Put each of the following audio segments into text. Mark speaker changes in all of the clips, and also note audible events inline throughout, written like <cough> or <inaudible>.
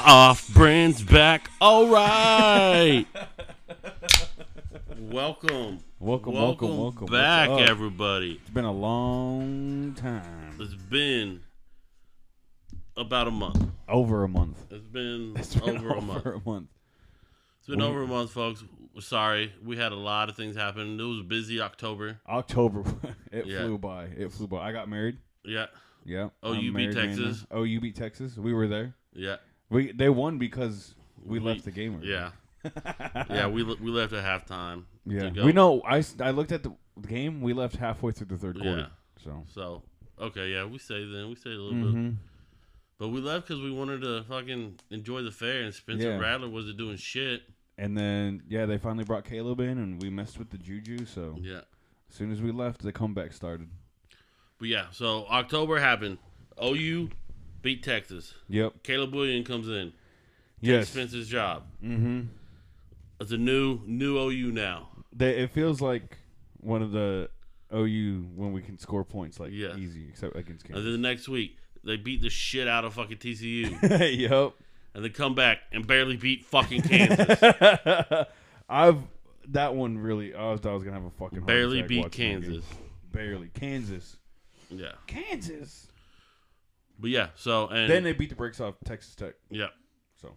Speaker 1: off, Brand's back. All right. <laughs> welcome.
Speaker 2: Welcome, welcome, welcome.
Speaker 1: back,
Speaker 2: What's up?
Speaker 1: everybody.
Speaker 2: It's been a long time.
Speaker 1: It's been about a month.
Speaker 2: Over a month. <laughs>
Speaker 1: It's been,
Speaker 2: It's been
Speaker 1: over a month.
Speaker 2: a month.
Speaker 1: It's been over a month, folks. We're Sorry, we had a lot of things happen. It was a busy October.
Speaker 2: October. <laughs> it
Speaker 1: Yeah.
Speaker 2: flew by. It flew by. I got married.
Speaker 1: Yeah,
Speaker 2: Yeah.
Speaker 1: Oh,
Speaker 2: I'm
Speaker 1: you beat
Speaker 2: married right
Speaker 1: Texas?
Speaker 2: now. Oh, you beat Texas. We were there.
Speaker 1: yeah,
Speaker 2: We they won because we,
Speaker 1: We-
Speaker 2: left the game. early. <laughs>
Speaker 1: yeah, yeah. We le- we left at halftime. to
Speaker 2: Yeah.
Speaker 1: go.
Speaker 2: We know. I, s- I looked at the game. We left halfway through the third
Speaker 1: Yeah.
Speaker 2: quarter. So.
Speaker 1: So okay, yeah, we stayed then. We stayed a little bit.
Speaker 2: hmm
Speaker 1: But we left because we wanted to fucking enjoy the fair, and Spencer
Speaker 2: Yeah.
Speaker 1: Rattler wasn't doing shit.
Speaker 2: And then yeah, they finally brought Caleb in, and we messed with the juju. So
Speaker 1: Yeah,
Speaker 2: as soon as we left, the comeback started.
Speaker 1: but yeah, so October happened. OU beat Texas.
Speaker 2: Yep.
Speaker 1: Caleb Williams comes in.
Speaker 2: Yes.
Speaker 1: Spencer's job.
Speaker 2: Mm-hmm.
Speaker 1: It's a new new OU now.
Speaker 2: They, it feels like one of the OU when we can score points like
Speaker 1: Yeah.
Speaker 2: easy, except against
Speaker 1: And
Speaker 2: Kansas.
Speaker 1: then the next week they beat the shit out of fucking
Speaker 2: <laughs>
Speaker 1: TCU,
Speaker 2: yep.
Speaker 1: and then come back and barely beat
Speaker 2: <laughs>
Speaker 1: fucking Kansas.
Speaker 2: I've that one really. I thought I was gonna have a fucking heart
Speaker 1: barely
Speaker 2: attack
Speaker 1: beat
Speaker 2: watching that game.
Speaker 1: Kansas.
Speaker 2: Barely Kansas.
Speaker 1: Yeah,
Speaker 2: Kansas.
Speaker 1: but yeah. So and
Speaker 2: Then they beat the brakes off Texas Tech.
Speaker 1: yeah.
Speaker 2: So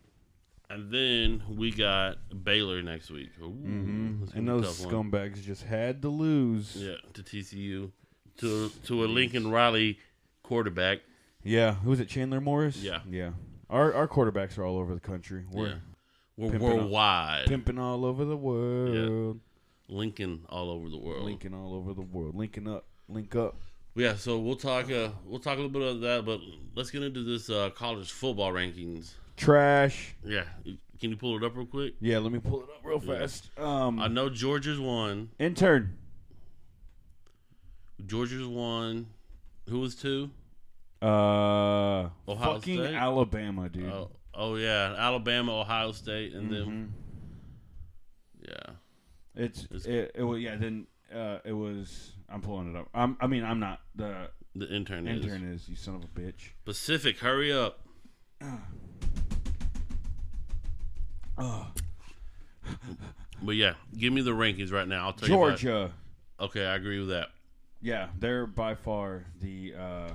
Speaker 1: And then we got Baylor next week. Ooh, Mm, that's gonna
Speaker 2: Mm-hmm. Mm, and
Speaker 1: be a
Speaker 2: those
Speaker 1: tough one.
Speaker 2: scumbags just had to lose.
Speaker 1: Yeah, to TCU, to to a Lincoln Riley quarterback.
Speaker 2: Yeah, who was it? Chandler Morris.
Speaker 1: Yeah.
Speaker 2: yeah. Our our quarterbacks are all over the country. We're
Speaker 1: Yeah. We're
Speaker 2: Pimping up.
Speaker 1: worldwide.
Speaker 2: pimping all over the world.
Speaker 1: Lincoln all over the world.
Speaker 2: Linking all over the world. Linking up. Link up.
Speaker 1: Yeah, so we'll talk. Uh, we'll talk a little bit about that, but let's get into this uh, college football rankings.
Speaker 2: Trash.
Speaker 1: Yeah, can you pull it up real quick?
Speaker 2: Yeah, let me pull it up real
Speaker 1: Yeah.
Speaker 2: fast. Um,
Speaker 1: I know Georgia's won.
Speaker 2: intern.
Speaker 1: Georgia's won. Who was two?
Speaker 2: Uh,
Speaker 1: Ohio
Speaker 2: fucking
Speaker 1: State?
Speaker 2: Alabama, dude. Mm-hmm.
Speaker 1: Oh, oh yeah, Alabama, Ohio State, and then yeah,
Speaker 2: It's
Speaker 1: It's-
Speaker 2: it, it. wa- Yeah, then uh, it was. I'm pulling it up. I'm, I mean, I'm not the
Speaker 1: the intern,
Speaker 2: intern.
Speaker 1: is
Speaker 2: Is you son of a bitch?
Speaker 1: Pacific. Hurry up.
Speaker 2: Ugh.
Speaker 1: But yeah, give me the rankings right now. I'll tell you.
Speaker 2: Georgia.
Speaker 1: Georgia. Okay, I agree with that.
Speaker 2: Yeah, they're by far the uh,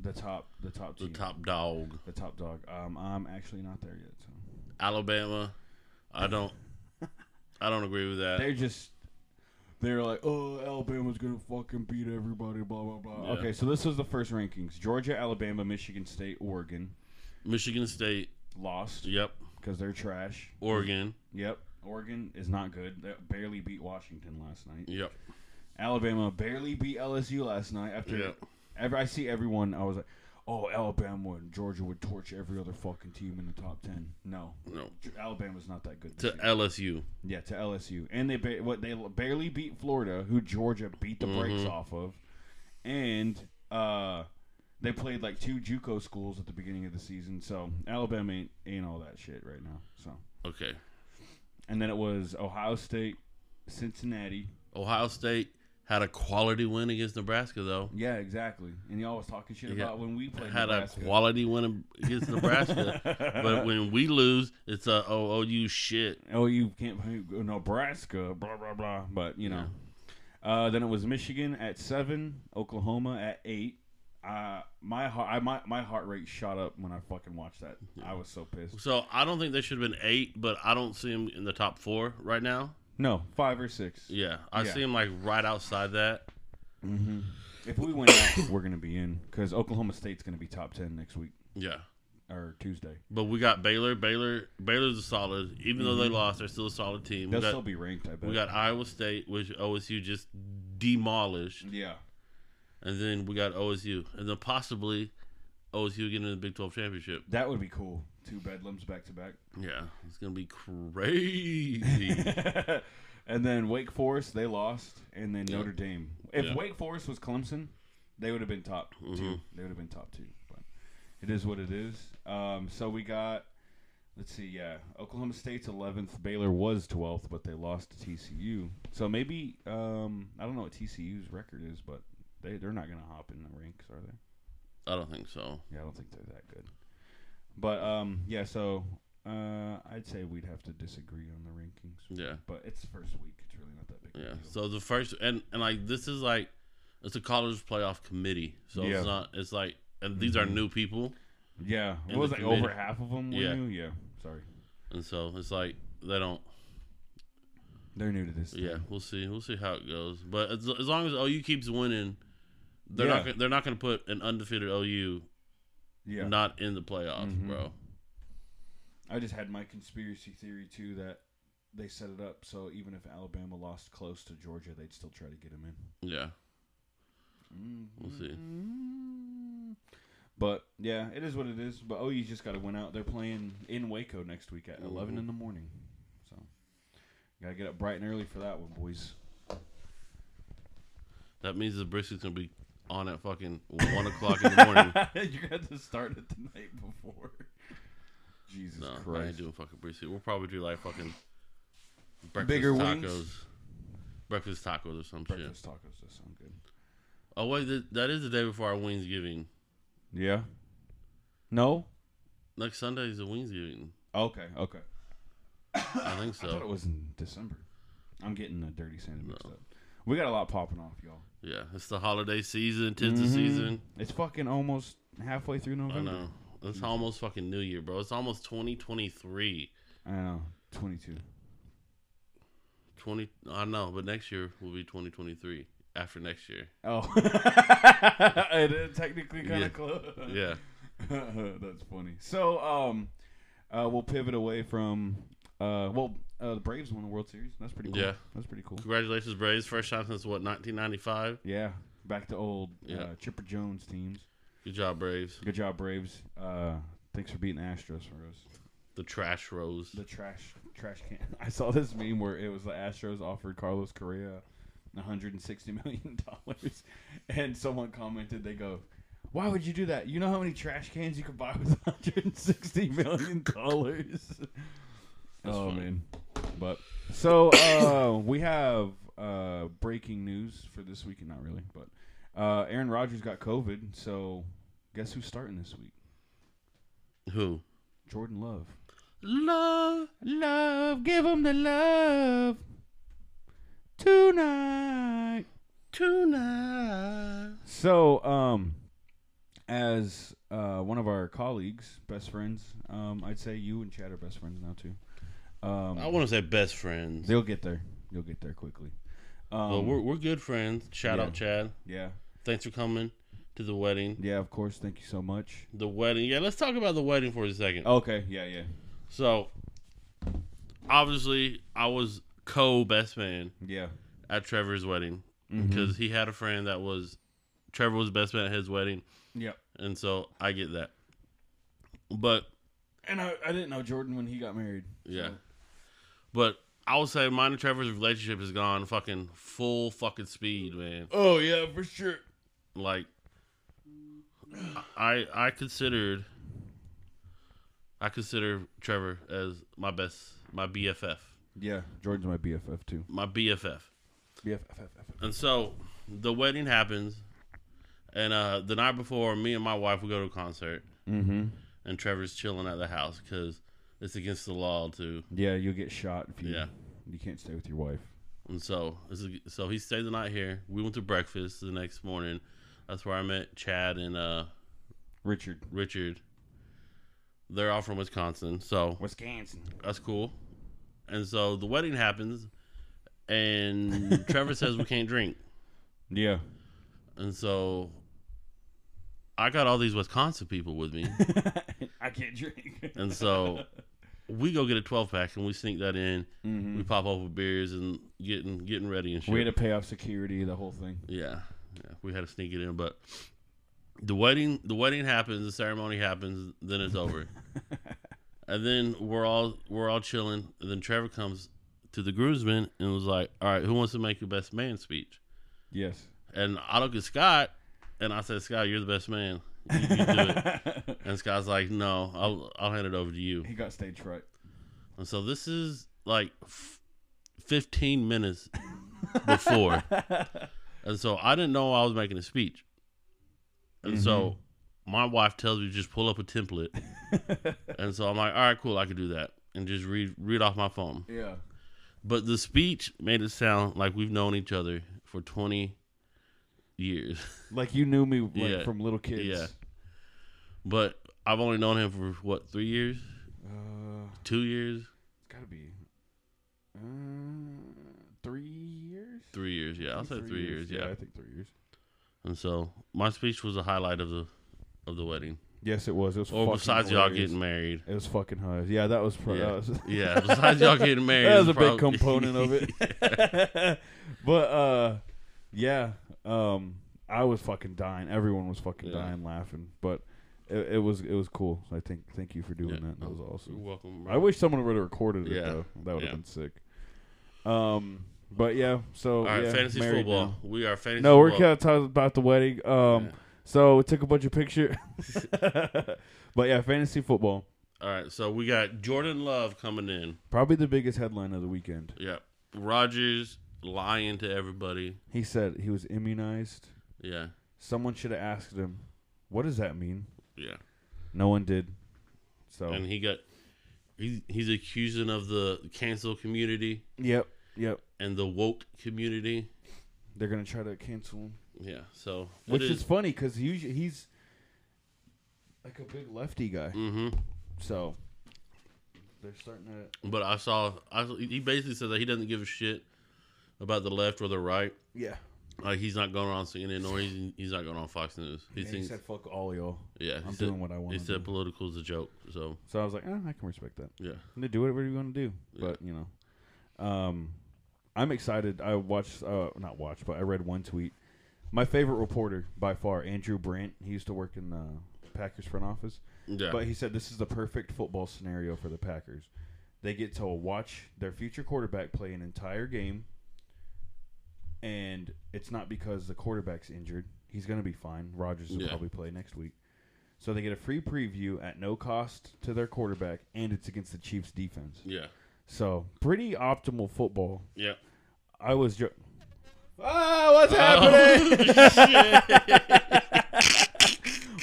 Speaker 2: the top the top
Speaker 1: The
Speaker 2: team,
Speaker 1: top dog,
Speaker 2: the top dog. Um, I'm actually not there yet. So.
Speaker 1: Alabama. I don't. I don't agree with that.
Speaker 2: They're just they're like, oh, Alabama's gonna fucking beat everybody, blah blah blah.
Speaker 1: Yeah.
Speaker 2: Okay, so this was the first rankings: Georgia, Alabama, Michigan State, Oregon
Speaker 1: Michigan State.
Speaker 2: lost
Speaker 1: Yep.
Speaker 2: because they're trash.
Speaker 1: Oregon.
Speaker 2: Yep, Oregon is not good. They barely beat Washington last night.
Speaker 1: Yep.
Speaker 2: Alabama barely beat LSU last night. After
Speaker 1: Yeah.
Speaker 2: ever, I see everyone. I was like, oh, Alabama and Georgia would torch every other fucking team in the top ten. No,
Speaker 1: No.
Speaker 2: Alabama's not that good.
Speaker 1: To
Speaker 2: This year.
Speaker 1: LSU.
Speaker 2: Yeah, to LSU, and they ba- what they l- barely beat Florida, who Georgia beat the brakes
Speaker 1: Mhm.
Speaker 2: off of, and uh, they played like two JUCO schools at the beginning of the season. So Alabama ain't, ain't all that shit right now. So
Speaker 1: Okay.
Speaker 2: and then it was Ohio State, Cincinnati.
Speaker 1: Ohio State had a quality win against Nebraska, though.
Speaker 2: Yeah, exactly. And y'all was talking shit
Speaker 1: Yeah.
Speaker 2: about when we played
Speaker 1: Had
Speaker 2: Nebraska.
Speaker 1: a quality win against
Speaker 2: <laughs>
Speaker 1: Nebraska. but when we lose, it's a oh, oh you shit.
Speaker 2: oh, you can't play Nebraska, blah blah blah. But you know, uh, then it was Michigan at seven, Oklahoma at eight. Uh, my heart, I, my my heart rate shot up when I fucking watched that. I was so pissed.
Speaker 1: So I don't think they should have been eight, but I don't see them in the top four right now.
Speaker 2: No, five or six.
Speaker 1: Yeah, I
Speaker 2: Yeah.
Speaker 1: see them like right outside that.
Speaker 2: hmm If we win out, <coughs> we're gonna be in because Oklahoma State's gonna be top ten next week
Speaker 1: Yeah,
Speaker 2: or Tuesday.
Speaker 1: but we got Baylor. Baylor. Baylor's a solid. Even though they
Speaker 2: Mhm.
Speaker 1: lost, they're still a solid team.
Speaker 2: They'll
Speaker 1: We
Speaker 2: still
Speaker 1: got,
Speaker 2: be ranked. I bet.
Speaker 1: we got Iowa State, which OSU just demolished,
Speaker 2: yeah.
Speaker 1: and then we got OSU, and then possibly OSU getting in the Big Twelve championship.
Speaker 2: That would be cool. Two bedlams back to back.
Speaker 1: Yeah, it's gonna
Speaker 2: <laughs>
Speaker 1: be crazy.
Speaker 2: and then Wake Forest, they lost, and then
Speaker 1: Yeah.
Speaker 2: Notre Dame. If
Speaker 1: Yeah.
Speaker 2: Wake Forest was Clemson, they would have been top two.
Speaker 1: Mhm.
Speaker 2: They would have been top two. But it is what it is. Um, so we got, let's see, yeah, Oklahoma State's eleventh. Baylor was twelfth, but they lost to TCU. So maybe um, I don't know what TCU's record is, but they they're not going to hop in the ranks, are they?
Speaker 1: I don't think so.
Speaker 2: Yeah, I don't think they're that good. But um, yeah. So uh, I'd say we'd have to disagree on the rankings.
Speaker 1: Yeah.
Speaker 2: But it's first week. It's really not that big.
Speaker 1: Yeah.
Speaker 2: Of a deal.
Speaker 1: So the first and and like this is like it's a college playoff committee. So
Speaker 2: Yeah. Mm-hmm.
Speaker 1: it's not it's like and these are new people
Speaker 2: yeah.
Speaker 1: and
Speaker 2: What was
Speaker 1: the
Speaker 2: like
Speaker 1: committee.
Speaker 2: over half of them?
Speaker 1: Yeah.
Speaker 2: Yeah. New? Yeah. Sorry.
Speaker 1: and so it's like they don't
Speaker 2: They're new to this. thing.
Speaker 1: yeah, we'll see. We'll see how it goes. But as, as long as OU keeps winning, they're not
Speaker 2: Yeah.
Speaker 1: gonna- they're not going to put an undefeated OU
Speaker 2: Yeah.
Speaker 1: not in the playoffs,
Speaker 2: Mhm.
Speaker 1: bro.
Speaker 2: I just had my conspiracy theory too that they set it up so even if Alabama lost close to Georgia, they'd still try to get him in.
Speaker 1: Yeah.
Speaker 2: Mm.
Speaker 1: We'll see.
Speaker 2: Mm-hmm. But yeah, it is what it is. But OU just got to win out. They're playing in Waco next week at eleven
Speaker 1: Mhm.
Speaker 2: in the morning, so gotta get up bright and early for that one, boys.
Speaker 1: That means the brisket's gonna be on at fucking one o'clock in
Speaker 2: <laughs>
Speaker 1: the morning.
Speaker 2: you got to start it the night before. Jesus
Speaker 1: No, I ain't
Speaker 2: Christ!
Speaker 1: doing fucking brisket. We'll probably do like fucking breakfast
Speaker 2: Bigger
Speaker 1: tacos,
Speaker 2: wings?
Speaker 1: breakfast tacos or some shit.
Speaker 2: Breakfast tacos does sound good.
Speaker 1: Oh wait, th- that is the day before our Wingsgiving.
Speaker 2: Yeah. No.
Speaker 1: Next Sunday is the Wingsgiving.
Speaker 2: Okay. Okay.
Speaker 1: I think
Speaker 2: I thought it
Speaker 1: so.
Speaker 2: was in December. I'm getting the dirty Santa mixed
Speaker 1: No.
Speaker 2: up. We got a lot popping off, y'all.
Speaker 1: Yeah, it's the holiday season. Tis the
Speaker 2: Mhm.
Speaker 1: season.
Speaker 2: It's fucking almost halfway through
Speaker 1: I
Speaker 2: November.
Speaker 1: know. It's almost fucking New Year, bro. It's almost 2023.
Speaker 2: I know. 22.
Speaker 1: 20. I know, but next year will be 2023. After next year, <laughs>
Speaker 2: Oh. <laughs> it is technically kind of
Speaker 1: Yeah.
Speaker 2: close.
Speaker 1: yeah.
Speaker 2: <laughs> That's funny. So, um, uh, we'll pivot away from, uh, well, uh, the Braves won the World Series. That's pretty cool.
Speaker 1: Yeah.
Speaker 2: That's pretty cool.
Speaker 1: Congratulations, Braves. First time since what 1995.
Speaker 2: Yeah. Back to old
Speaker 1: Yeah.
Speaker 2: uh, Chipper Jones teams.
Speaker 1: Good job, Braves.
Speaker 2: Good job, Braves. Uh, thanks for beating the Astros for us.
Speaker 1: The trash rose.
Speaker 2: the trash trash can. <laughs> I saw this meme where it was the Astros offered Carlos Correa 160 million dollars, <laughs> and someone commented, "They go, why would you do that? You know how many trash cans you could buy with <laughs> 160 million dollars." Oh
Speaker 1: funny.
Speaker 2: man, but so <coughs> uh, we have uh, breaking news for this weekend. Not really, but uh, Aaron Rodgers got COVID, so guess who's starting this week?
Speaker 1: Who?
Speaker 2: Jordan Love.
Speaker 1: Love.
Speaker 2: Love, give 'em the love tonight.
Speaker 1: tonight.
Speaker 2: So, um, as uh, one of our colleagues, best friends, um, I'd say you and Chad are best friends now too. Um,
Speaker 1: I want to say best friends.
Speaker 2: they'll get there. You'll get there quickly. Um,
Speaker 1: But we're, we're good friends. Shout
Speaker 2: yeah.
Speaker 1: out, Chad.
Speaker 2: yeah,
Speaker 1: Thanks for coming to the wedding.
Speaker 2: yeah. Of course. Thank you so much.
Speaker 1: The wedding. Yeah, let's talk about the wedding for a second.
Speaker 2: Okay. Yeah. Yeah.
Speaker 1: So, obviously, I was co best man
Speaker 2: Yeah.
Speaker 1: at Trevor's wedding
Speaker 2: Mhm.
Speaker 1: because he had a friend that was Trevor was best man at his wedding.
Speaker 2: Yeah.
Speaker 1: And so I get that. But
Speaker 2: And I, I didn't know Jordan when he got married.
Speaker 1: Yeah.
Speaker 2: so-
Speaker 1: But I would say mine and Trevor's relationship has gone fucking full fucking speed, man.
Speaker 2: Oh yeah, for sure.
Speaker 1: Like I I considered I consider Trevor as my best my BFF.
Speaker 2: Yeah, Jordan's my BFF too.
Speaker 1: My BFF.
Speaker 2: BFF.
Speaker 1: And so the wedding happens and uh the night before me and my wife would go to a concert
Speaker 2: Mm-hmm.
Speaker 1: and Trevor's chilling at the house cuz it's against the law to
Speaker 2: Yeah, you'll get shot if you.
Speaker 1: Yeah.
Speaker 2: You can't stay with your wife.
Speaker 1: And so, this is- so he stayed the night here. We went to breakfast the next morning. That's where I met Chad and uh,
Speaker 2: Richard.
Speaker 1: Richard. They're all from Wisconsin, so
Speaker 2: Wisconsin.
Speaker 1: that's cool. And so the wedding happens, and <laughs> Trevor says we can't drink.
Speaker 2: <laughs> Yeah.
Speaker 1: And so I got all these Wisconsin people with me,
Speaker 2: I can't
Speaker 1: <laughs>
Speaker 2: drink.
Speaker 1: and so we go get a twelve pack and we sneak that in.
Speaker 2: hmm
Speaker 1: We pop over beers and getting getting ready and shit.
Speaker 2: We had to pay off security, the whole thing.
Speaker 1: Yeah, yeah, we had to sneak it in, but the wedding, the wedding happens, the ceremony happens, then it's over, and then we're all we're all chilling, and then Trevor comes to the groomsmen and was like, "All right, who wants to make your best man speech?"
Speaker 2: Yes.
Speaker 1: And I look at Scott, and I said, "Scott, you're the best man. You, you do
Speaker 2: <laughs>
Speaker 1: it." And Scott's like, "No, I'll I'll hand it over to you."
Speaker 2: he got stage fright.
Speaker 1: And so this is like f- fifteen minutes <laughs> before. And so I didn't know I was making a speech. And so my wife tells me just pull up a <laughs> template, and so I'm like, all right, cool, I can do that, and just read read off my phone.
Speaker 2: yeah.
Speaker 1: But the speech made it sound like we've known each other for 20 years, <laughs>
Speaker 2: Like you knew me like,
Speaker 1: Yeah.
Speaker 2: from little kids.
Speaker 1: Yeah. but I've only known him for what three years,
Speaker 2: Uh,
Speaker 1: two years,
Speaker 2: it's gotta be uh, three years.
Speaker 1: three years. Yeah,
Speaker 2: I
Speaker 1: I'll
Speaker 2: think
Speaker 1: say three, years. yeah.
Speaker 2: I think three years.
Speaker 1: And so my speech was a highlight of the of the wedding.
Speaker 2: Yes, it was. It was.
Speaker 1: Or
Speaker 2: fucking
Speaker 1: besides y'all
Speaker 2: hilarious.
Speaker 1: getting married.
Speaker 2: It was fucking hilarious. Yeah, that was. Pro-
Speaker 1: Yeah.
Speaker 2: That was
Speaker 1: Yeah, <laughs> besides y'all getting married.
Speaker 2: that was
Speaker 1: is
Speaker 2: a big
Speaker 1: prob-
Speaker 2: component of
Speaker 1: <laughs>
Speaker 2: it. <laughs> but uh, yeah, um, I was fucking dying. Everyone was fucking
Speaker 1: Yeah.
Speaker 2: dying laughing. But it, it was it was cool. I think thank you for doing
Speaker 1: Yeah.
Speaker 2: that. That was
Speaker 1: <laughs> You're
Speaker 2: awesome.
Speaker 1: welcome.
Speaker 2: I wish someone would have recorded it
Speaker 1: Yeah.
Speaker 2: though. That would have
Speaker 1: Yeah.
Speaker 2: been sick. Um, but yeah, so
Speaker 1: All right,
Speaker 2: yeah,
Speaker 1: fantasy
Speaker 2: married
Speaker 1: football.
Speaker 2: now.
Speaker 1: We are fantasy
Speaker 2: No, we're kind
Speaker 1: football.
Speaker 2: of talking about the wedding. Um,
Speaker 1: Yeah.
Speaker 2: so we took a bunch of pictures. <laughs> but yeah, fantasy football
Speaker 1: All right, so we got Jordan Love coming in.
Speaker 2: probably the biggest headline of the weekend.
Speaker 1: Yeah. Rogers lying to everybody.
Speaker 2: He said he was immunized.
Speaker 1: Yeah.
Speaker 2: Someone should have asked him, "What does that mean?"
Speaker 1: Yeah.
Speaker 2: No one did. So
Speaker 1: And he got he's he's accusing of the cancel community
Speaker 2: yep, yep.
Speaker 1: and the woke community.
Speaker 2: They're gonna try to cancel him,
Speaker 1: Yeah. So it
Speaker 2: which is, funny because usually he's like a big lefty guy.
Speaker 1: mhm.
Speaker 2: So they're starting to
Speaker 1: But I saw, I, he basically said that he doesn't give a shit about the left or the right.
Speaker 2: yeah.
Speaker 1: Like he's not going on CNN or he's, he's not going on Fox News. He
Speaker 2: And He,
Speaker 1: thinks,
Speaker 2: said, "Fuck all y'all."
Speaker 1: yeah, he
Speaker 2: I'm
Speaker 1: said,
Speaker 2: doing what I want.
Speaker 1: he
Speaker 2: to
Speaker 1: said
Speaker 2: do.
Speaker 1: political's a joke. So
Speaker 2: So I was like, eh, I can respect that.
Speaker 1: yeah,
Speaker 2: And they do whatever you want to do.
Speaker 1: Yeah.
Speaker 2: But you know, um, I'm excited. I watched, uh, not watched, but I read one tweet. My favorite reporter by far, Andrew Brandt. He used to work in the Packers front office,
Speaker 1: yeah,
Speaker 2: but he said this is the perfect football scenario for the Packers. They get to watch their future quarterback play an entire game, and it's not because the quarterback's injured. He's going to be fine. Rodgers will
Speaker 1: Yeah.
Speaker 2: probably play next week. So they get a free preview at no cost to their quarterback, and it's against the Chiefs' defense.
Speaker 1: yeah,
Speaker 2: So pretty optimal football.
Speaker 1: yeah.
Speaker 2: <laughs> I was jo- Ah, what's happening?
Speaker 1: Oh, <laughs> shit.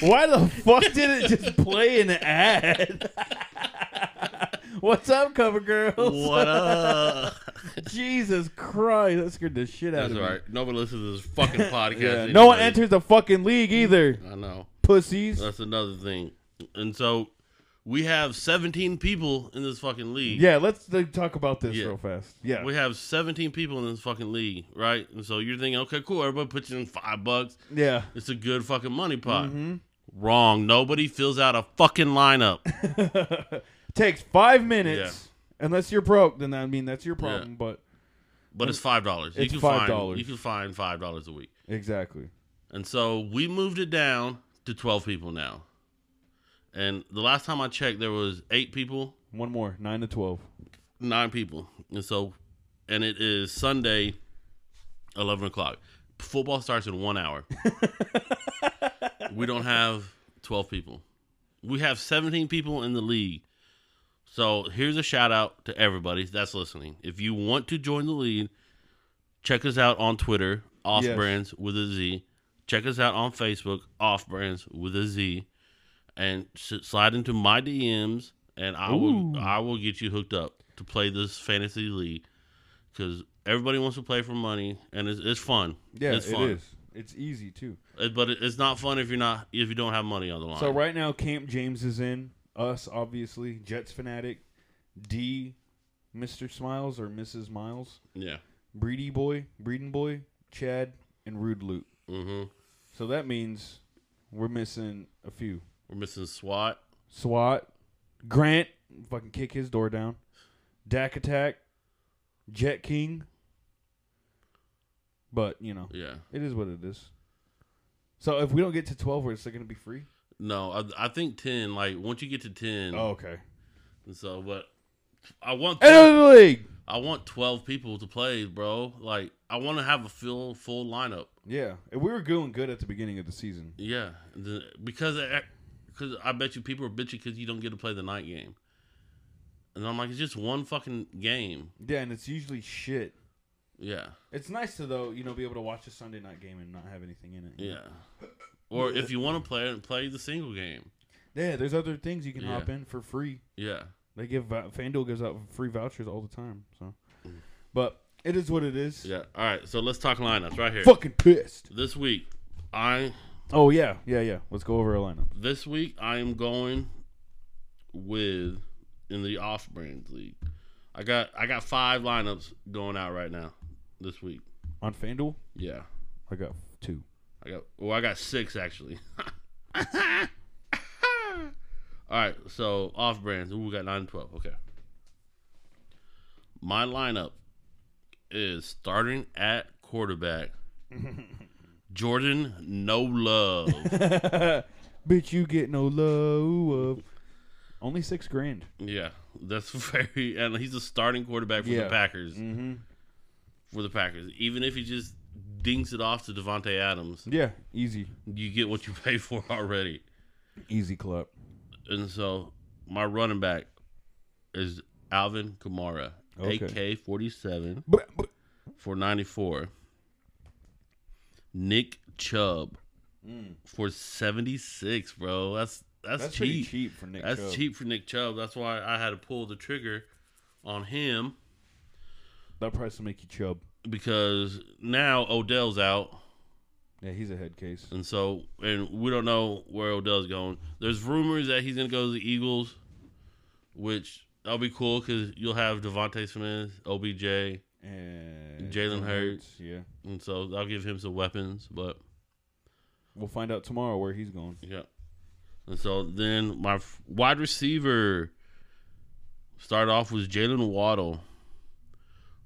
Speaker 2: <laughs> Why the fuck did it just play an ad? <laughs> what's up, cover girls?
Speaker 1: what up?
Speaker 2: <laughs> Jesus Christ, that scared the shit out
Speaker 1: That's
Speaker 2: of
Speaker 1: all
Speaker 2: me.
Speaker 1: right. Nobody listens to this fucking
Speaker 2: <laughs>
Speaker 1: podcast.
Speaker 2: Yeah, no one
Speaker 1: anyway.
Speaker 2: enters the fucking league either,
Speaker 1: I know.
Speaker 2: pussies.
Speaker 1: Mm-hmm. That's another thing. And so we have 17 people in this fucking league.
Speaker 2: Yeah, let's uh, talk about this
Speaker 1: Yeah.
Speaker 2: real fast. Yeah,
Speaker 1: We have 17 people in this fucking league, right? And so you're thinking, okay, cool. Everybody puts in five bucks.
Speaker 2: yeah.
Speaker 1: It's a good fucking money pot. Wrong. Nobody fills out a fucking lineup.
Speaker 2: Takes five minutes. Unless you're broke, then I mean that's your problem. But
Speaker 1: But it's five dollars.
Speaker 2: It's
Speaker 1: Find,
Speaker 2: $5.
Speaker 1: you can find five dollars a week.
Speaker 2: exactly,
Speaker 1: And so we moved it down to 12 people now. And the last time I checked, there was eight people,
Speaker 2: one more nine to twelve.
Speaker 1: nine people. And so, and it is Sunday, 11 o'clock. Football starts in one hour. we don't have 12 people. We have 17 people in the league. So here's a shout out to everybody that's listening. If you want to join the league, check us out on Twitter, Off
Speaker 2: Yes.
Speaker 1: Brands with a Z. Check us out on Facebook, Off Brands with a Z, and s- slide into my DMs, and I
Speaker 2: Ooh.
Speaker 1: will I will get you hooked up to play this fantasy league because everybody wants to play for money, and it's, it's fun.
Speaker 2: Yeah,
Speaker 1: it's
Speaker 2: it
Speaker 1: fun.
Speaker 2: is. It's easy too.
Speaker 1: Uh, But it- it's not fun if you're not if you don't have money on the line.
Speaker 2: So right now, Camp James is in. Us, obviously, Jets fanatic, D, Mister Smiles or Mrs. Miles,
Speaker 1: Yeah.
Speaker 2: Breedy Boy, Breeding Boy, Chad, and Rude Loot.
Speaker 1: Mm-hmm.
Speaker 2: So that means we're missing a few.
Speaker 1: We're missing SWAT.
Speaker 2: SWAT, Grant, fucking kick his door down. Dak Attack, Jet King. But you know,
Speaker 1: Yeah.
Speaker 2: it is what it is. So if we don't get to twelve, we're still gonna be free.
Speaker 1: No, I, I think ten. Like once you get to ten,
Speaker 2: Oh, okay.
Speaker 1: and so but I want
Speaker 2: End of the league.
Speaker 1: I want twelve people to play, bro. Like I want to have a full full lineup.
Speaker 2: Yeah, and we were doing good at the beginning of the season.
Speaker 1: Yeah, the, because because I bet you people are bitchy because you don't get to play the night game. And I'm like, it's just one fucking game.
Speaker 2: Yeah, and it's usually shit.
Speaker 1: Yeah,
Speaker 2: It's nice to though, you know, be able to watch a Sunday night game and not have anything in it.
Speaker 1: yeah. Or if you want to play it, play the single game.
Speaker 2: Yeah, there's other things you can
Speaker 1: Yeah.
Speaker 2: hop in for free.
Speaker 1: Yeah.
Speaker 2: They give vou- FanDuel gives out free vouchers all the time. So, but it is what it is.
Speaker 1: Yeah. All right. So let's talk lineups right here.
Speaker 2: Fucking pissed.
Speaker 1: This week, I
Speaker 2: Oh yeah, yeah, yeah. Let's go over our lineup.
Speaker 1: this week I am going with in the off brand league. I got I got five lineups going out right now this week.
Speaker 2: On FanDuel,
Speaker 1: Yeah.
Speaker 2: I got two. <laughs>
Speaker 1: I got well, I got six actually. <laughs> All right, so off brands. Ooh, we got nine and twelve. Okay. My lineup is starting at quarterback. Jordan, no love.
Speaker 2: Bitch, you get no love. Only six grand.
Speaker 1: yeah, that's <laughs> very, and he's a starting quarterback for
Speaker 2: Yeah.
Speaker 1: the Packers.
Speaker 2: Mm-hmm.
Speaker 1: For the Packers, even if he just dinks it off to Devontae Adams,
Speaker 2: Yeah, easy,
Speaker 1: you get what you pay for already.
Speaker 2: easy club.
Speaker 1: And so my running back is Alvin Kamara,
Speaker 2: Okay.
Speaker 1: AK 47 for 94. Nick Chubb for 76, bro. That's that's,
Speaker 2: Mm. That's pretty
Speaker 1: cheap.
Speaker 2: cheap for Nick.
Speaker 1: That's
Speaker 2: Chubb.
Speaker 1: cheap for Nick Chubb. That's why I had to pull the trigger on him
Speaker 2: That price will make you chub.
Speaker 1: because now Odell's out.
Speaker 2: Yeah, he's a head case.
Speaker 1: And so, and we don't know where Odell's going. There's rumors that he's going to go to the Eagles, which that'll be cool because you'll have Devontae Smith, OBJ,
Speaker 2: And
Speaker 1: Jalen Hurts.
Speaker 2: Yeah,
Speaker 1: and so that'll give him some weapons. But
Speaker 2: we'll find out tomorrow where he's going.
Speaker 1: yeah, and so then my f- wide receiver started off was Jalen Waddle.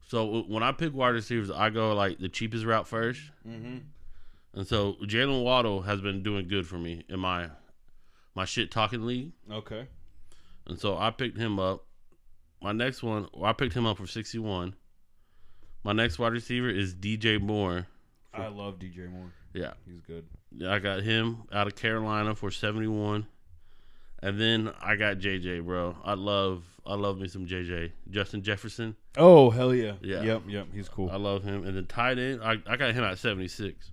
Speaker 1: So w- when I pick wide receivers, I go like the cheapest route first.
Speaker 2: Mm-hmm.
Speaker 1: And so Jalen Waddle has been doing good for me in my my shit talking league.
Speaker 2: Okay.
Speaker 1: And so I picked him up. My next one, well, I picked him up for 61. My next wide receiver is DJ Moore.
Speaker 2: I love DJ Moore.
Speaker 1: Yeah.
Speaker 2: He's good.
Speaker 1: I got him out of Carolina for 71. And then I got JJ, bro. I love I love me some JJ. Justin Jefferson.
Speaker 2: Oh hell yeah.
Speaker 1: Yeah.
Speaker 2: Yep. Yep. He's cool.
Speaker 1: I love him. And the tight end, I, I got him at 76.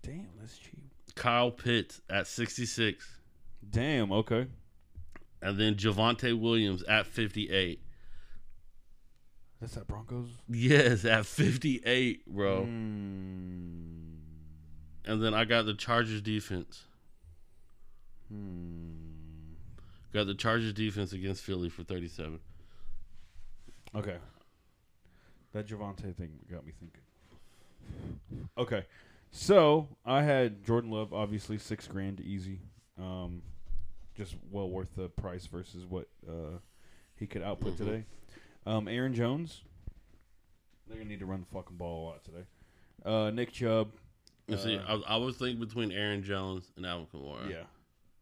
Speaker 2: Damn, that's cheap.
Speaker 1: Kyle Pitts at 66.
Speaker 2: Damn. Okay.
Speaker 1: And then Javante Williams at 58.
Speaker 2: That's that Broncos.
Speaker 1: Yes, at 58,
Speaker 2: Oh.
Speaker 1: bro.
Speaker 2: Mm.
Speaker 1: And then I got the Chargers defense.
Speaker 2: Hmm.
Speaker 1: Got the Chargers defense against Philly for 37.
Speaker 2: Okay. That Javante thing got me thinking. Okay. So I had Jordan Love, obviously six grand easy. Um, just well worth the price versus what uh, he could output
Speaker 1: Mhm.
Speaker 2: today. Um, Aaron Jones. They're gonna need to run the fucking ball a lot today. Uh, Nick Chubb.
Speaker 1: You see,
Speaker 2: Uh,
Speaker 1: I, I was thinking between Aaron Jones and Alvin Kamara.
Speaker 2: Yeah.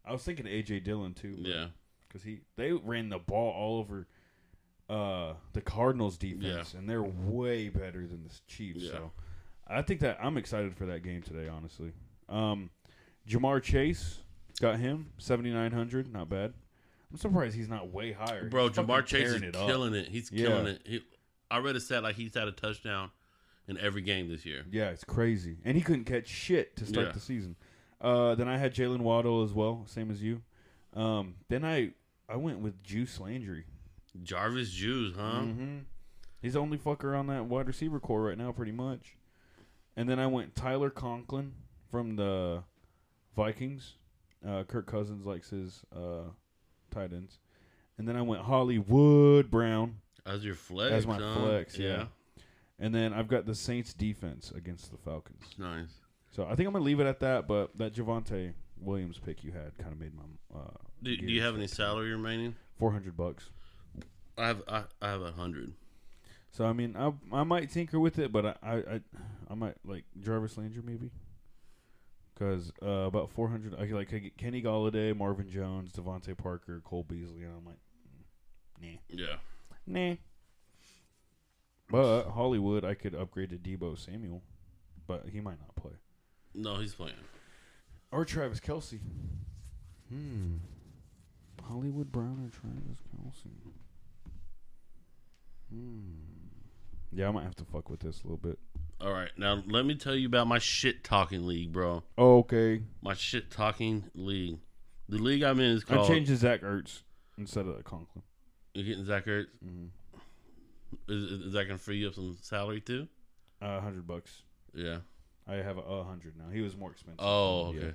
Speaker 2: I was thinking AJ Dillon too. but-
Speaker 1: Yeah.
Speaker 2: because he they ran the ball all over uh, the Cardinals defense, and they're way better than the Chiefs.
Speaker 1: Yeah.
Speaker 2: So I think that I'm excited for that game today. Honestly, um, Jamar Chase got him 7,900, not bad. I'm surprised he's not way higher,
Speaker 1: Bro,
Speaker 2: He's
Speaker 1: Jamar
Speaker 2: fucking
Speaker 1: Chase is
Speaker 2: tearing it up.
Speaker 1: killing it. He's
Speaker 2: Yeah.
Speaker 1: killing it. He, I read a stat like he's had a touchdown in every game this year.
Speaker 2: Yeah, it's crazy, and he couldn't catch shit to start
Speaker 1: Yeah.
Speaker 2: the season. Uh, then I had Jalen Waddle as well, same as you. Um, then I I went with Juice Landry.
Speaker 1: Jarvis Jews, huh?
Speaker 2: hmm He's the only fucker on that wide receiver core right now, pretty much. And then I went Tyler Conklin from the Vikings. Uh, Kirk Cousins likes his uh, tight ends. And then I went Hollywood Brown.
Speaker 1: As your flex.
Speaker 2: As my
Speaker 1: huh?
Speaker 2: flex, yeah. And then I've got the Saints defense against the Falcons.
Speaker 1: Nice.
Speaker 2: So I think I'm going to leave it at that, but that Javante Williams pick you had kind of made my. Uh,
Speaker 1: Do, do you
Speaker 2: gears
Speaker 1: have any
Speaker 2: up.
Speaker 1: salary remaining?
Speaker 2: 400 bucks.
Speaker 1: I have I, I have a hundred.
Speaker 2: So I mean, I I might tinker with it, but I I, I, I might like Jarvis Landry maybe, because uh, about four hundred. I could, like I get Kenny Galladay, Marvin Jones, Devontae Parker, Cole Beasley, and I'm like, mm,
Speaker 1: Yeah.
Speaker 2: nah, nah. But Hollywood, I could upgrade to Debo Samuel, but he might not play.
Speaker 1: No, he's playing.
Speaker 2: Or Travis Kelsey. Hmm. Hollywood Brown or Travis Kelsey. Hmm. Yeah, I might have to fuck with this a little bit.
Speaker 1: All right, now let me tell you about my shit talking league, bro.
Speaker 2: Oh, okay.
Speaker 1: My shit talking league. The league I'm in is
Speaker 2: I'm
Speaker 1: called.
Speaker 2: changing Zach Ertz instead of Conklin.
Speaker 1: You're getting Zach Ertz.
Speaker 2: Mhm.
Speaker 1: Is, is that gonna free you up some salary too?
Speaker 2: A hundred bucks.
Speaker 1: Yeah.
Speaker 2: I have a, a hundred now. He was more expensive.
Speaker 1: Oh,
Speaker 2: Yeah.
Speaker 1: okay.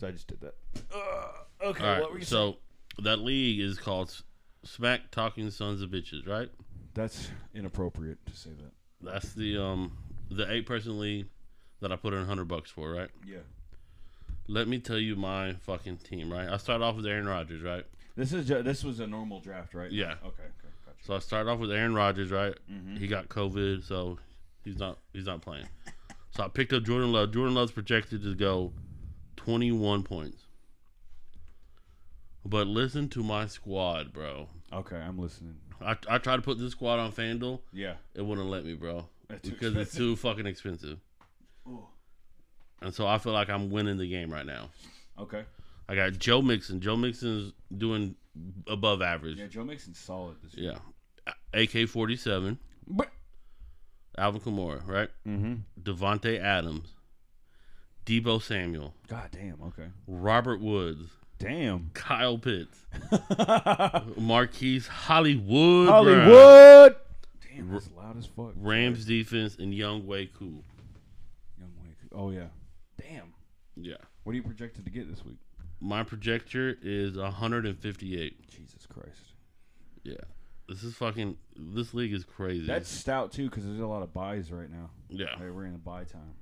Speaker 2: So I just did that. Uh, okay.
Speaker 1: All
Speaker 2: What were you
Speaker 1: right. So that league is called S- Smack Talking Sons of Bitches, right?
Speaker 2: saying? That's inappropriate to say that.
Speaker 1: That's the um the eight person league that I put in hundred bucks for, right?
Speaker 2: Yeah.
Speaker 1: Let me tell you my fucking team, right? I start off with Aaron Rodgers, right?
Speaker 2: This is ju- this was a normal draft, right?
Speaker 1: Yeah.
Speaker 2: Okay. Okay. Gotcha.
Speaker 1: So I start off with Aaron Rodgers, right?
Speaker 2: mm-hmm.
Speaker 1: He got COVID, so he's not he's not playing. So I picked up Jordan Love. Jordan Love's projected to go 21 points. But listen to my squad, bro.
Speaker 2: Okay. I'm listening.
Speaker 1: I, I tried to put this squad on FanDuel.
Speaker 2: Yeah.
Speaker 1: It wouldn't let me, bro.
Speaker 2: That's too
Speaker 1: Because it's
Speaker 2: expensive.
Speaker 1: too fucking expensive.
Speaker 2: Ooh.
Speaker 1: And so I feel like I'm winning the game right now.
Speaker 2: Okay.
Speaker 1: I got Joe Mixon. Joe Mixon's doing above average.
Speaker 2: Yeah. Joe Mixon's solid this year.
Speaker 1: Yeah. AK 47, Alvin Kamara, right?
Speaker 2: Mm-hmm.
Speaker 1: Devontae Adams, Debo Samuel,
Speaker 2: God damn. Okay.
Speaker 1: Robert Woods,
Speaker 2: <laughs> Damn.
Speaker 1: Kyle Pitts, Marquise Hollywood, Brown,
Speaker 2: Hollywood. Damn. That's loud as fuck.
Speaker 1: Rams defense, and Young Way Cool.
Speaker 2: Young Wake. Oh yeah. Damn.
Speaker 1: Yeah.
Speaker 2: What are you projected to get this week?
Speaker 1: My projector is 158.
Speaker 2: Jesus Christ.
Speaker 1: Yeah. This is fucking. This league is crazy.
Speaker 2: That's stout too, because there's a lot of buys right now.
Speaker 1: yeah.
Speaker 2: Hey, we're in a buy time.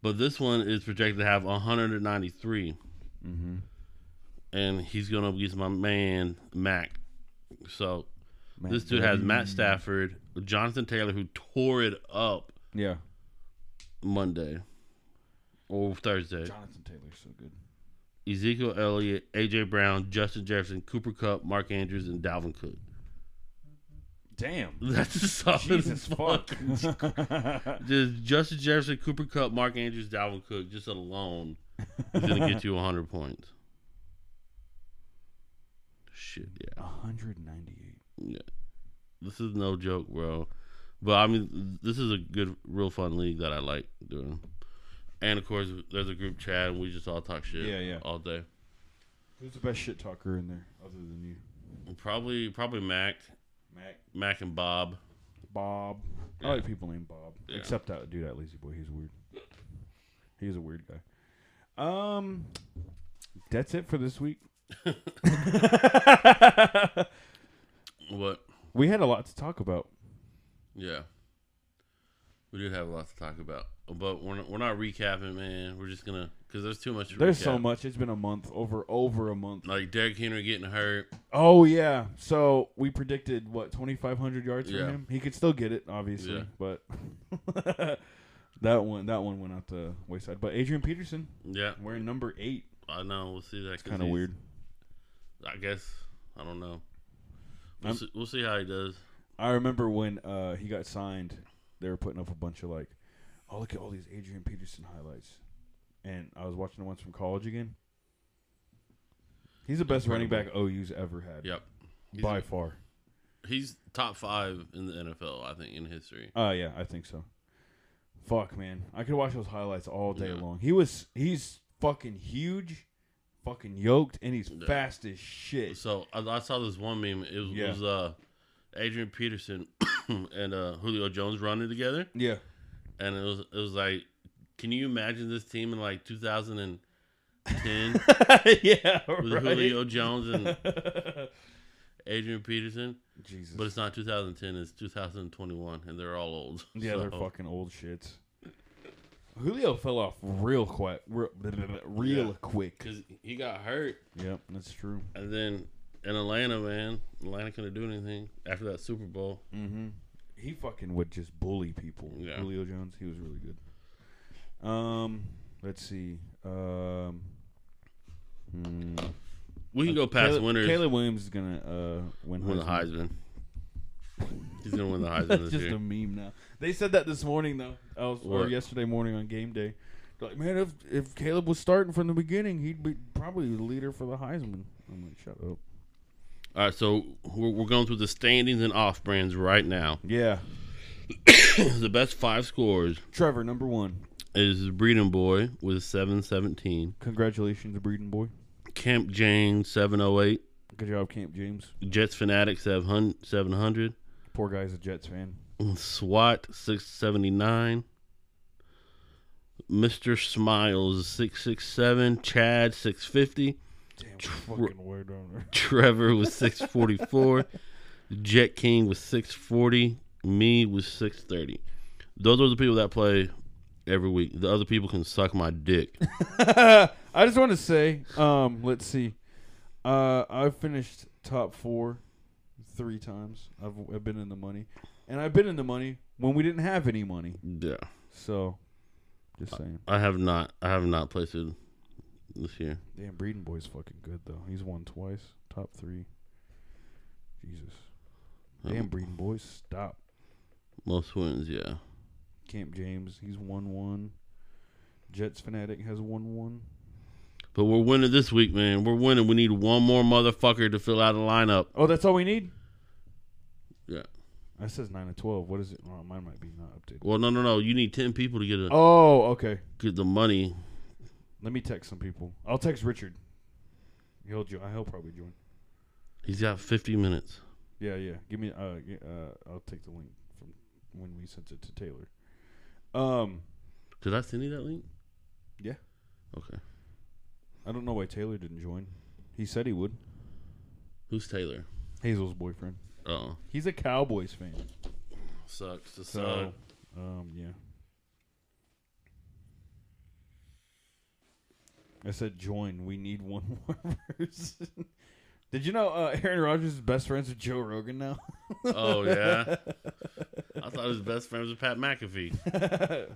Speaker 1: But this one is projected to have 193,
Speaker 2: Mm-hmm.
Speaker 1: and he's going up against my man Mac. So this dude has Matt Stafford, Jonathan Taylor, who tore it up
Speaker 2: Yeah.
Speaker 1: Monday or Thursday.
Speaker 2: Jonathan Taylor's so good.
Speaker 1: Ezekiel Elliott, AJ Brown, Justin Jefferson, Cooper Cup, Mark Andrews, and Dalvin Cook. <laughs>
Speaker 2: Damn.
Speaker 1: That's a solid
Speaker 2: Jesus fuck.
Speaker 1: <laughs> fuck. Just Justin Jefferson, Cooper Cup, Mark Andrews, Dalvin Cook, just alone is gonna get you 100 points. Shit, yeah,
Speaker 2: 198.
Speaker 1: yeah. This is no joke, bro. But I mean, this is a good, real fun league that I like doing. And of course, there's a group chat, and we just all talk shit,
Speaker 2: Yeah, yeah.
Speaker 1: all day.
Speaker 2: <laughs> Who's the best shit talker in there other than you?
Speaker 1: Probably, probably Mac,
Speaker 2: Mac.
Speaker 1: Mac and Bob.
Speaker 2: Bob.
Speaker 1: Yeah.
Speaker 2: I like people named Bob.
Speaker 1: Yeah.
Speaker 2: Except that dude at Lazy Boy. He's weird. He's a weird guy. Um, that's it for this week.
Speaker 1: <laughs>
Speaker 2: <laughs>
Speaker 1: What?
Speaker 2: we had a lot to talk about.
Speaker 1: Yeah. We do have a lot to talk about, but we're not, we're not recapping, man. We're just gonna because there's too much. To
Speaker 2: There's
Speaker 1: recap.
Speaker 2: so much. It's been a month, over over a month.
Speaker 1: Like Derrick Henry getting hurt.
Speaker 2: Oh yeah. So we predicted what 2,500 yards
Speaker 1: Yeah.
Speaker 2: for him. He could still get it, obviously,
Speaker 1: Yeah.
Speaker 2: but <laughs> that one that one went out the wayside. But Adrian Peterson,
Speaker 1: Yeah,
Speaker 2: we're in number eight.
Speaker 1: I know. We'll see that.
Speaker 2: It's kind of weird.
Speaker 1: I guess I don't know. We'll
Speaker 2: I'm-
Speaker 1: see, we'll see how he does.
Speaker 2: I remember when uh, he got signed, they were putting up a bunch of like, oh look at all these Adrian Peterson highlights, and I was watching the ones from college again. He's the best running back OU's ever had
Speaker 1: Yep. He's,
Speaker 2: by far.
Speaker 1: he's top five in the NFL, I think, in history.
Speaker 2: Oh yeah, I think so. Fuck man, I could watch those highlights all day
Speaker 1: Yeah.
Speaker 2: long. He was he's fucking huge, fucking yoked, and he's
Speaker 1: Yeah.
Speaker 2: fast as shit.
Speaker 1: So I, I saw this one meme. It was, it
Speaker 2: Yeah.
Speaker 1: was uh, Adrian Peterson <coughs> and uh, Julio Jones running together. <laughs>
Speaker 2: Yeah, <laughs>
Speaker 1: and it was it was like, can you imagine this team in like 2010
Speaker 2: <laughs> yeah,
Speaker 1: with
Speaker 2: right. <laughs>
Speaker 1: Julio Jones and Adrian Peterson?
Speaker 2: Jesus,
Speaker 1: But it's not 2010; it's 2021, and they're all old.
Speaker 2: yeah,
Speaker 1: So,
Speaker 2: they're fucking old shits. Julio fell off real quick, real, <laughs> real
Speaker 1: Yeah.
Speaker 2: quick.
Speaker 1: Cause he got hurt,
Speaker 2: Yep, that's true.
Speaker 1: and then in Atlanta, man, Atlanta couldn't do anything after that Super Bowl.
Speaker 2: Mm-hmm. He fucking would just bully people.
Speaker 1: Yeah.
Speaker 2: Julio Jones, he was really good. Um, let's see. Um, hmm.
Speaker 1: We can go past
Speaker 2: Caleb,
Speaker 1: winners.
Speaker 2: Caleb Williams is gonna uh, win,
Speaker 1: win the
Speaker 2: Heisman.
Speaker 1: Heisman. He's gonna win
Speaker 2: <laughs>
Speaker 1: the
Speaker 2: That's
Speaker 1: Heisman this
Speaker 2: just
Speaker 1: year.
Speaker 2: a meme now. They said that this morning though, I was, or
Speaker 1: What?
Speaker 2: yesterday morning on game day. They're Like, man, if if Caleb was starting from the beginning, he'd be probably the leader for the Heisman. I'm like, shut up.
Speaker 1: All right, so we're, we're going through the standings and off brands right now. <clears throat>
Speaker 2: Yeah.
Speaker 1: the best five scores
Speaker 2: Trevor, number one.
Speaker 1: is Breeding Boy with seven seventeen,
Speaker 2: Congratulations, Breeding Boy.
Speaker 1: Camp Jane seven oh eight,
Speaker 2: Good job, Camp James.
Speaker 1: Jets Fanatic seven hundred,
Speaker 2: Poor guy's a Jets fan.
Speaker 1: SWAT six seventy nine. Mr. Smiles six six seven, Chad six fifty,
Speaker 2: Damn,
Speaker 1: Tr-
Speaker 2: fucking word on
Speaker 1: Trevor was six forty four, <laughs> Jet King was six forty, me was six thirty. Those are the people that play every week. The other people can suck my dick. <laughs>
Speaker 2: <laughs> I just want to say, um, let's see. Uh, I've finished top four three times. I've, I've been in the money. And I've been in the money when we didn't have any money.
Speaker 1: yeah.
Speaker 2: So, just saying.
Speaker 1: I have not. I have not placed it this year.
Speaker 2: Damn, Breeding Boy's fucking good, though. He's won twice. Top three. Jesus.
Speaker 1: Um,
Speaker 2: Damn, Breeding Boy, stop.
Speaker 1: most wins, yeah.
Speaker 2: Camp James, he's won one. Jets Fanatic has won one.
Speaker 1: But we're winning this week, man. We're winning. We need one more motherfucker to fill out a lineup.
Speaker 2: Oh, that's all we need?
Speaker 1: Yeah.
Speaker 2: That says 9 and 12. What is it? Oh, mine might be not updated.
Speaker 1: Well, no, no, no. You need ten people to get a,
Speaker 2: Oh, okay.
Speaker 1: get the money.
Speaker 2: Let me text some people. I'll text Richard. He'll join. He'll probably join.
Speaker 1: He's got fifty minutes.
Speaker 2: Yeah, yeah. Give me. Uh, g- uh, I'll take the link from when we sent it to Taylor. Um,
Speaker 1: Did I send you that link?
Speaker 2: Yeah.
Speaker 1: Okay.
Speaker 2: I don't know why Taylor didn't join. He said he would.
Speaker 1: Who's Taylor?
Speaker 2: Hazel's boyfriend.
Speaker 1: Oh,
Speaker 2: He's a Cowboys fan.
Speaker 1: sucks to suck.
Speaker 2: So, um, yeah. I said join. We need one more <laughs> person. Did you know uh, Aaron Rodgers is best friends with Joe Rogan now? <laughs>
Speaker 1: oh <laughs> yeah. I thought his best friend was Pat McAfee.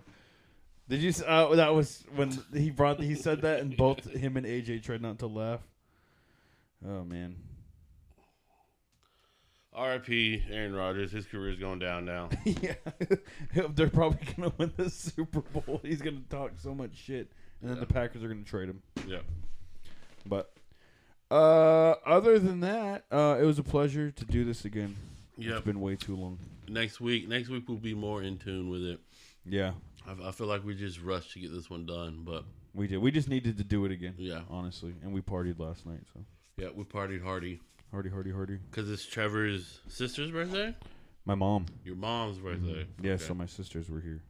Speaker 2: Did you? s- Uh, that was when he brought. He said that, and both him and AJ tried not to laugh. Oh man, <laughs>
Speaker 1: R.I.P. Aaron Rodgers. His career's going down now.
Speaker 2: yeah, <laughs> they're probably gonna win the Super Bowl. He's gonna talk so much shit, and then
Speaker 1: Yeah.
Speaker 2: the Packers are gonna trade him.
Speaker 1: yeah.
Speaker 2: But uh, other than that, uh, it was a pleasure to do this again.
Speaker 1: Yep.
Speaker 2: It's been way too long.
Speaker 1: Next week. Next week we'll be more in tune with it.
Speaker 2: Yeah,
Speaker 1: I, I feel like we just rushed to get this one done, but
Speaker 2: we did. We just needed to do it again,
Speaker 1: yeah,
Speaker 2: honestly. And we partied last night, so
Speaker 1: yeah, we partied hardy
Speaker 2: hardy, hardy, hardy.
Speaker 1: because it's Trevor's sister's birthday,
Speaker 2: My mom,
Speaker 1: your mom's birthday.
Speaker 2: Mm-hmm. yeah.
Speaker 1: Okay.
Speaker 2: So my sisters were here,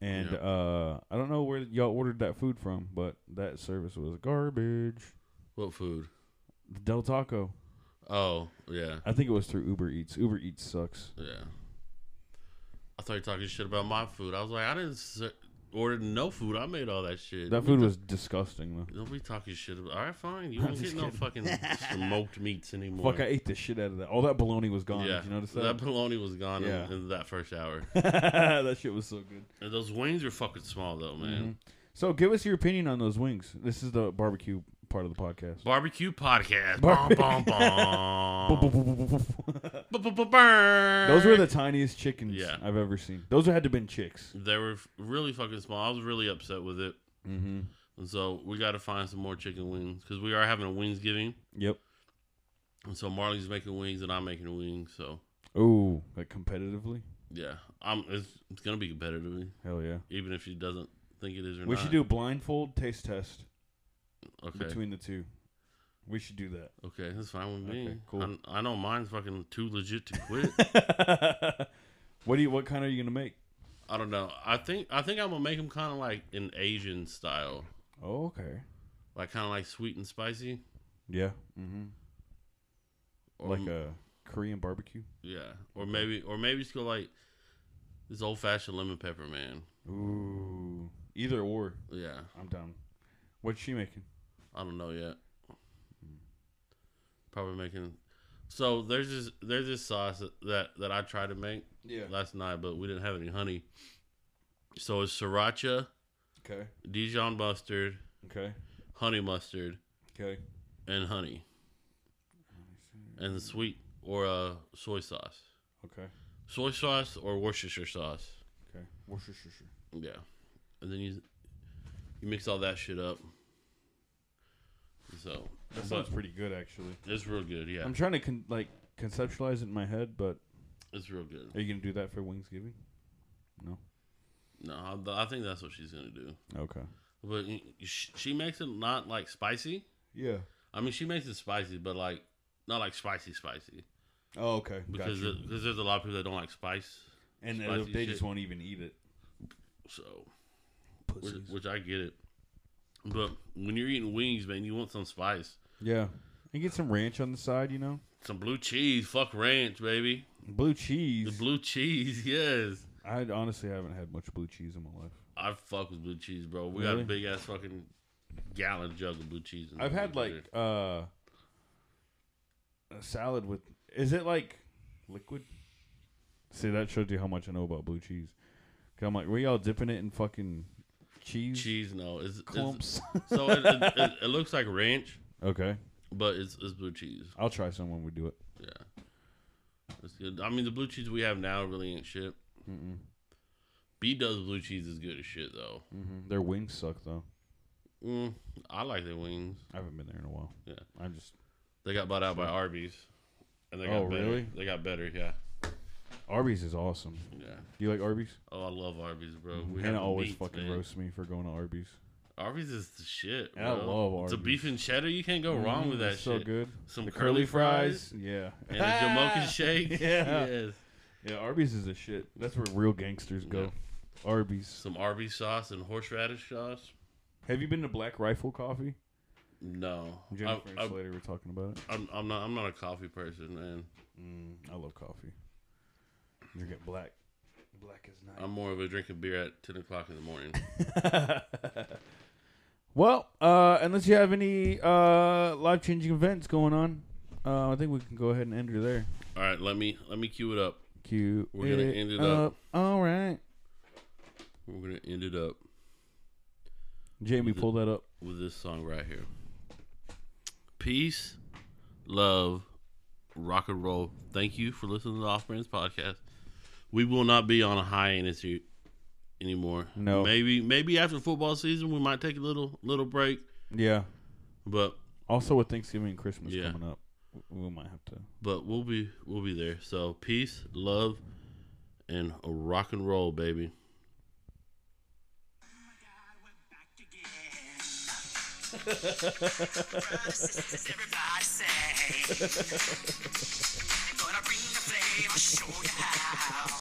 Speaker 2: and
Speaker 1: Yeah.
Speaker 2: uh, I don't know where y'all ordered that food from, but that service was garbage.
Speaker 1: what food?
Speaker 2: Del Taco.
Speaker 1: Oh, yeah,
Speaker 2: I think it was through Uber Eats. Uber Eats sucks.
Speaker 1: yeah. I thought you were talking shit about my food. I was like, I didn't ser- order no food. I made all that shit.
Speaker 2: That food was disgusting though.
Speaker 1: Don't be talking shit about. All right, fine.
Speaker 2: <laughs>
Speaker 1: You
Speaker 2: I'm
Speaker 1: don't get
Speaker 2: just
Speaker 1: no
Speaker 2: kidding.
Speaker 1: fucking smoked meats anymore.
Speaker 2: Fuck! I ate the shit out of that. All that bologna was gone.
Speaker 1: yeah,
Speaker 2: Did you notice
Speaker 1: that
Speaker 2: that?
Speaker 1: bologna was gone in-
Speaker 2: Yeah.
Speaker 1: in, that first
Speaker 2: <laughs>
Speaker 1: hour.
Speaker 2: that shit was so good.
Speaker 1: And those wings are fucking small though, man.
Speaker 2: Mm-hmm. So give us your opinion on those wings. This is the barbecue part of the podcast.
Speaker 1: Barbecue podcast.
Speaker 2: Barbe-
Speaker 1: Bom,
Speaker 2: <laughs>
Speaker 1: bom, bom.
Speaker 2: those
Speaker 1: Those
Speaker 2: were the tiniest chickens
Speaker 1: Yeah.
Speaker 2: I've ever seen. Those had to have been chicks.
Speaker 1: They were f- really fucking small. I was really upset with it,
Speaker 2: Mm-hmm.
Speaker 1: and so we got to find some more chicken wings because we are having a wings giving.
Speaker 2: Yep.
Speaker 1: And so Marley's making wings and I'm making wings. So
Speaker 2: Oh, like competitively?
Speaker 1: yeah, I'm. It's, it's gonna be competitive,
Speaker 2: Hell yeah.
Speaker 1: even if she doesn't think it is or
Speaker 2: We
Speaker 1: not.
Speaker 2: should do a blindfold taste test
Speaker 1: okay.
Speaker 2: between the two. We should do
Speaker 1: Okay, that's fine with me.
Speaker 2: Okay, cool.
Speaker 1: I'm- I, know mine's fucking too legit to quit.
Speaker 2: <laughs> that. what do you? What kind are you gonna make?
Speaker 1: I don't know. I think I think I'm gonna make them kind of like an Asian style,
Speaker 2: Oh, okay.
Speaker 1: like kind of like sweet and spicy.
Speaker 2: Yeah. Mm-hmm.
Speaker 1: Or
Speaker 2: like a Korean barbecue.
Speaker 1: Yeah, or maybe, or maybe just go like this old fashioned lemon pepper, man.
Speaker 2: Ooh. Either or,
Speaker 1: Yeah,
Speaker 2: I'm down. What's she making?
Speaker 1: I don't know yet. Probably making. So there's this there's this sauce that that, that I tried to make
Speaker 2: Yeah.
Speaker 1: last night, but we didn't have any honey. So it's sriracha,
Speaker 2: Okay.
Speaker 1: Dijon mustard,
Speaker 2: Okay.
Speaker 1: honey mustard,
Speaker 2: Okay.
Speaker 1: and honey, and sweet or uh, soy sauce,
Speaker 2: Okay.
Speaker 1: soy sauce or Worcestershire sauce.
Speaker 2: Okay. Worcestershire.
Speaker 1: Yeah, and then you you mix all that shit up. So
Speaker 2: That
Speaker 1: but
Speaker 2: sounds pretty good, actually.
Speaker 1: it's real good. Yeah,
Speaker 2: I'm trying to con- like conceptualize it in my head, but
Speaker 1: it's real good.
Speaker 2: are you gonna do that for Wingsgiving? No.
Speaker 1: No, I I think that's what she's gonna do.
Speaker 2: Okay.
Speaker 1: But sh- she makes it not like spicy.
Speaker 2: Yeah.
Speaker 1: I mean, she makes it spicy, but like not like spicy spicy
Speaker 2: Oh, okay.
Speaker 1: because
Speaker 2: Gotcha.
Speaker 1: it- because there's a lot of people that don't like spice.
Speaker 2: and they-
Speaker 1: spicy
Speaker 2: they
Speaker 1: shit.
Speaker 2: just won't even eat it.
Speaker 1: So which, which I get it. But when you're eating wings, man, you want some spice,
Speaker 2: Yeah. And get some ranch on the side, you know.
Speaker 1: some blue cheese. Fuck ranch, baby.
Speaker 2: Blue
Speaker 1: The
Speaker 2: cheese.
Speaker 1: blue cheese, <laughs> yes.
Speaker 2: I honestly haven't had much blue cheese in my life.
Speaker 1: I fuck with blue cheese, bro. We got a
Speaker 2: Really?
Speaker 1: big ass fucking gallon jug of blue cheese. In the
Speaker 2: I've had like
Speaker 1: refrigerator.
Speaker 2: uh, a salad with. Is it like liquid? See, that shows you how much I know about blue cheese. 'Cause I'm like, were y'all dipping it in fucking cheese,
Speaker 1: cheese. No, it's, it's-
Speaker 2: clumps? <laughs>
Speaker 1: so it, it, it, it looks like ranch,
Speaker 2: okay,
Speaker 1: but it's it's blue cheese.
Speaker 2: I'll try some when we do it.
Speaker 1: Yeah, it's good. I mean, the blue cheese we have now really ain't shit.
Speaker 2: Mm-mm.
Speaker 1: B does blue cheese is good as shit though.
Speaker 2: Mm-hmm. Their wings suck though.
Speaker 1: Mm, I like their wings.
Speaker 2: I haven't been there in a while.
Speaker 1: Yeah.
Speaker 2: I'm just
Speaker 1: They got bought out by Arby's, and they got
Speaker 2: Oh,
Speaker 1: better.
Speaker 2: really?
Speaker 1: They got better. Yeah,
Speaker 2: Arby's is awesome.
Speaker 1: yeah.
Speaker 2: Do you like Arby's? Mm-hmm.
Speaker 1: Oh, I love Arby's, bro. We have
Speaker 2: Hannah
Speaker 1: the
Speaker 2: always
Speaker 1: meats,
Speaker 2: fucking
Speaker 1: man.
Speaker 2: roasts me for going to Arby's.
Speaker 1: Arby's is the shit.
Speaker 2: And I
Speaker 1: bro.
Speaker 2: love
Speaker 1: The
Speaker 2: Arby's.
Speaker 1: beef and cheddar, you can't go wrong with
Speaker 2: Mm,
Speaker 1: that
Speaker 2: it's So
Speaker 1: shit.
Speaker 2: good.
Speaker 1: Some
Speaker 2: The
Speaker 1: curly, fries,
Speaker 2: Yeah.
Speaker 1: and
Speaker 2: <laughs>
Speaker 1: a Jamocha shake.
Speaker 2: Yeah.
Speaker 1: Yes.
Speaker 2: Yeah, Arby's is a shit. That's where real gangsters go.
Speaker 1: Yeah.
Speaker 2: Arby's.
Speaker 1: Some Arby's sauce and horseradish sauce.
Speaker 2: Have you been to Black Rifle Coffee?
Speaker 1: No, I,
Speaker 2: Jennifer and
Speaker 1: I,
Speaker 2: Slater were talking about it.
Speaker 1: I'm, I'm not. I'm not a coffee person, man.
Speaker 2: Mm, I love coffee. Drink it black. Black is nice.
Speaker 1: I'm more of a drinking beer at ten o'clock in the morning. <laughs>
Speaker 2: well, uh, unless you have any uh, life changing events going on, uh, I think we can go ahead and end her there.
Speaker 1: All right, let me let me cue it up.
Speaker 2: Cute.
Speaker 1: We're gonna end it up.
Speaker 2: All right.
Speaker 1: We're gonna end it up
Speaker 2: Jamie,
Speaker 1: Is it-
Speaker 2: pull that up.
Speaker 1: with this song right here. Peace, love, rock and roll. Thank you for listening to the Off Brands podcast. We will not be on a hiatus here anymore.
Speaker 2: No.
Speaker 1: maybe maybe after football season we might take a little little break,
Speaker 2: Yeah.
Speaker 1: but
Speaker 2: Also, with Thanksgiving and Christmas
Speaker 1: Yeah.
Speaker 2: coming up, w- we might have to.
Speaker 1: but we'll be we'll be there. So peace, love, and rock and roll, baby.
Speaker 3: Brothers, sisters, everybody <laughs> say, they're gonna bring the flame, I'll show you how.